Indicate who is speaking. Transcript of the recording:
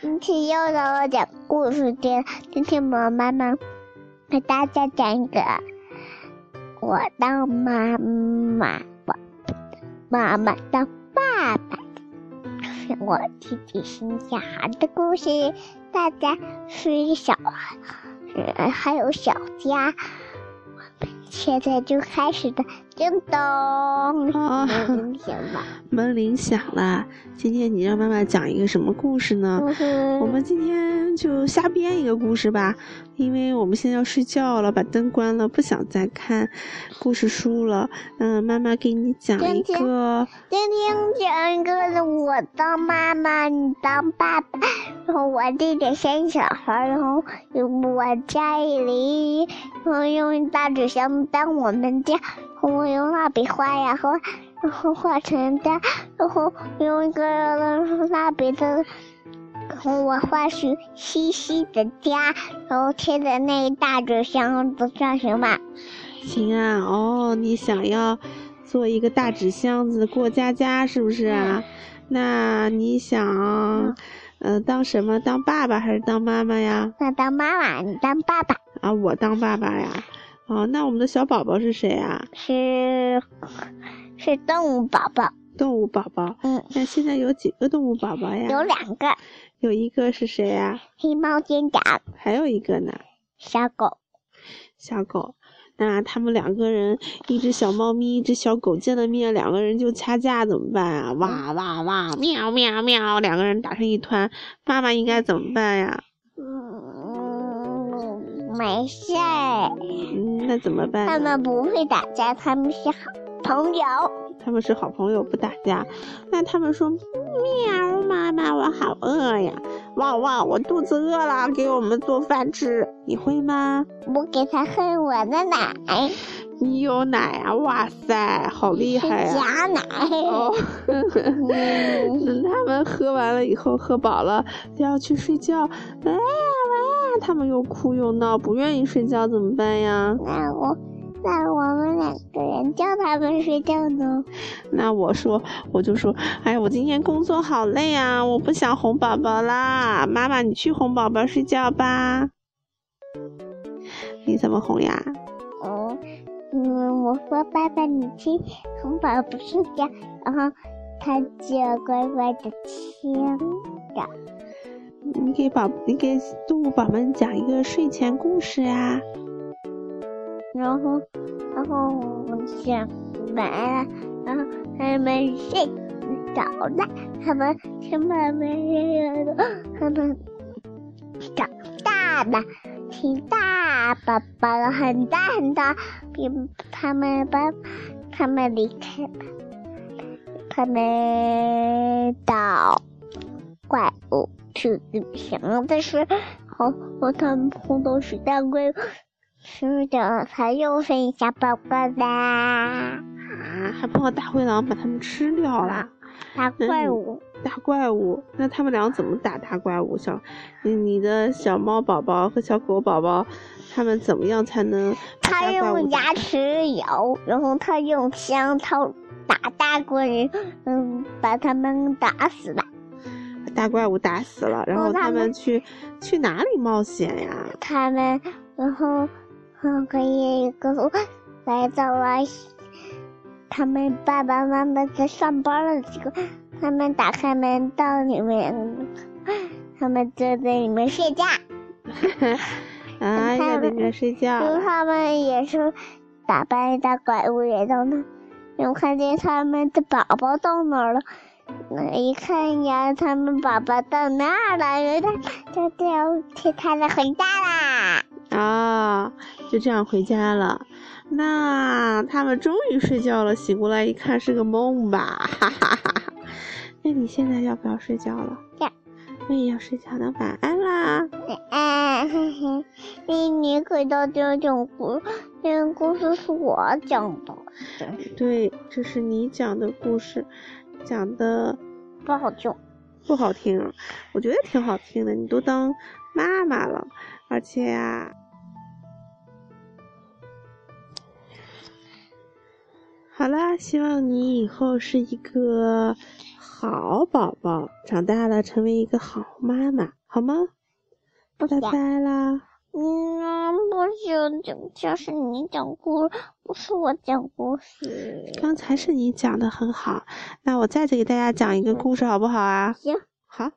Speaker 1: 今天又到了讲故事天，今天我妈妈给大家讲一个我当妈妈，我妈妈当爸爸，是我弟弟新小孩的故事。大家是小，呃，还有小家。我们现在就开始的，叮咚，
Speaker 2: 哦
Speaker 1: 铃响了。
Speaker 2: 门铃响了，今天你让妈妈讲一个什么故事呢？我
Speaker 1: 我
Speaker 2: 们今天就瞎编一个故事吧，因为我们现在要睡觉了，把灯关了，不想再看故事书了。嗯，妈妈给你讲
Speaker 1: 今
Speaker 2: 一
Speaker 1: 天
Speaker 2: 个，
Speaker 1: 今天讲一个我当妈妈，你当爸爸，然后我弟弟生小孩，然后我家里，然后用大纸箱当我们家，然后我用蜡笔画，然后然后画成家，然后用一个蜡笔的，然后我画出西西的家，然后贴在那个大纸箱子上，行吧？
Speaker 2: 行啊，哦，你想要做一个大纸箱子过家家，是不是啊？那你想，呃，当什么？当爸爸还是当妈妈呀？
Speaker 1: 那当妈妈，你当爸爸
Speaker 2: 啊，我当爸爸呀。哦，那我们的小宝宝是谁啊？
Speaker 1: 是是动物宝宝。
Speaker 2: 动物宝宝。
Speaker 1: 嗯，
Speaker 2: 那现在有几个动物宝宝呀？
Speaker 1: 有两个
Speaker 2: 有一个是谁呀？
Speaker 1: 黑猫警长、
Speaker 2: 还有一个呢，
Speaker 1: 小狗，
Speaker 2: 小狗。那他们两个人，一只小猫咪，一只小狗，见了面，两个人就掐架，怎么办啊？哇哇哇，喵喵喵，两个人打成一团，妈妈应该怎么办呀？
Speaker 1: 嗯，没事儿，
Speaker 2: 嗯，那怎么办
Speaker 1: 他
Speaker 2: 呢？
Speaker 1: 们不会打架，他们是好朋友。
Speaker 2: 他们是好朋友，不打架。那他们说，喵，妈妈，我好饿呀！旺旺，我肚子饿了，给我们做饭吃，你会吗？
Speaker 1: 我给他喝我的奶，
Speaker 2: 你有奶啊！哇塞，好厉
Speaker 1: 是
Speaker 2: 害哎呀、
Speaker 1: 假奶。
Speaker 2: 哦，
Speaker 1: 嗯
Speaker 2: 等他们喝完了以后，喝饱了就要去睡觉。哎呀喂，他们又哭又闹，不愿意睡觉怎么办呀？
Speaker 1: 那我，那我们两个人叫他们睡觉呢？
Speaker 2: 那我说，我就说，哎呀，我今天工作好累啊，我不想哄宝宝啦。妈妈，你去哄宝宝睡觉吧。你怎么哄呀？
Speaker 1: 嗯，嗯，我说爸爸，你去哄宝宝睡觉，然后他就乖乖的听。
Speaker 2: 你给宝，你给动物宝宝们讲一个睡前故事呀、
Speaker 1: 然后，然后我讲完了，然后他们睡着了，他们他们他们长大了，挺大宝宝了，很大很大，比他们爸他们离开，他们到怪物去旅行了，但是好，我他们红头是当归。是的，他又剩一下宝宝啦，
Speaker 2: 啊，还碰到大灰狼把他们吃掉了。
Speaker 1: 大怪物。
Speaker 2: 大怪物，那他们俩怎么打大怪物？小，你你的小猫宝宝和小狗宝宝，他们怎么样才能把
Speaker 1: 他
Speaker 2: 大怪物
Speaker 1: 用
Speaker 2: 打？
Speaker 1: 牙齿咬，然后他用枪掏打大怪物，嗯，把他们打死了。
Speaker 2: 把大怪物打死了，然
Speaker 1: 后
Speaker 2: 后
Speaker 1: 他
Speaker 2: 他
Speaker 1: 哦们
Speaker 2: 们去去哪里冒险呀？
Speaker 1: 他们，然后，嗯，可以跟我来到了他们爸爸妈妈在上班了，结果他们打开门到里面，他们就在里面睡觉。他
Speaker 2: 啊，要在
Speaker 1: 们
Speaker 2: 里面睡觉
Speaker 1: 因为他们也是打扮大怪物，也到那，又看见他们的宝宝到哪儿了。那一看呀，他们宝宝到那儿了，原来这掉替他们回家啦。
Speaker 2: 啊，就这样回家了。那他们终于睡觉了，醒过来一看是个梦吧， 哈哈哈哈。那你现在要不要睡觉了？
Speaker 1: 要。
Speaker 2: 我也要睡觉了，晚安啦。
Speaker 1: 嗯，嘿嘿，你你可到这种故，这个故事是我讲的，
Speaker 2: 对，这是你讲的故事，讲的
Speaker 1: 不好听。
Speaker 2: 不好听，啊我觉得挺好听的。你都当妈妈了，而且啊呀、好啦，希望你以后是一个好宝宝，长大了成为一个好妈妈。好吗？
Speaker 1: 不
Speaker 2: 拜
Speaker 1: 行，
Speaker 2: 拜啦。
Speaker 1: 嗯，不行，这这是你讲故事，不是我讲故事。
Speaker 2: 刚才是你讲的很好，那我再次给大家讲一个故事，好不好啊？
Speaker 1: 行。
Speaker 2: 好。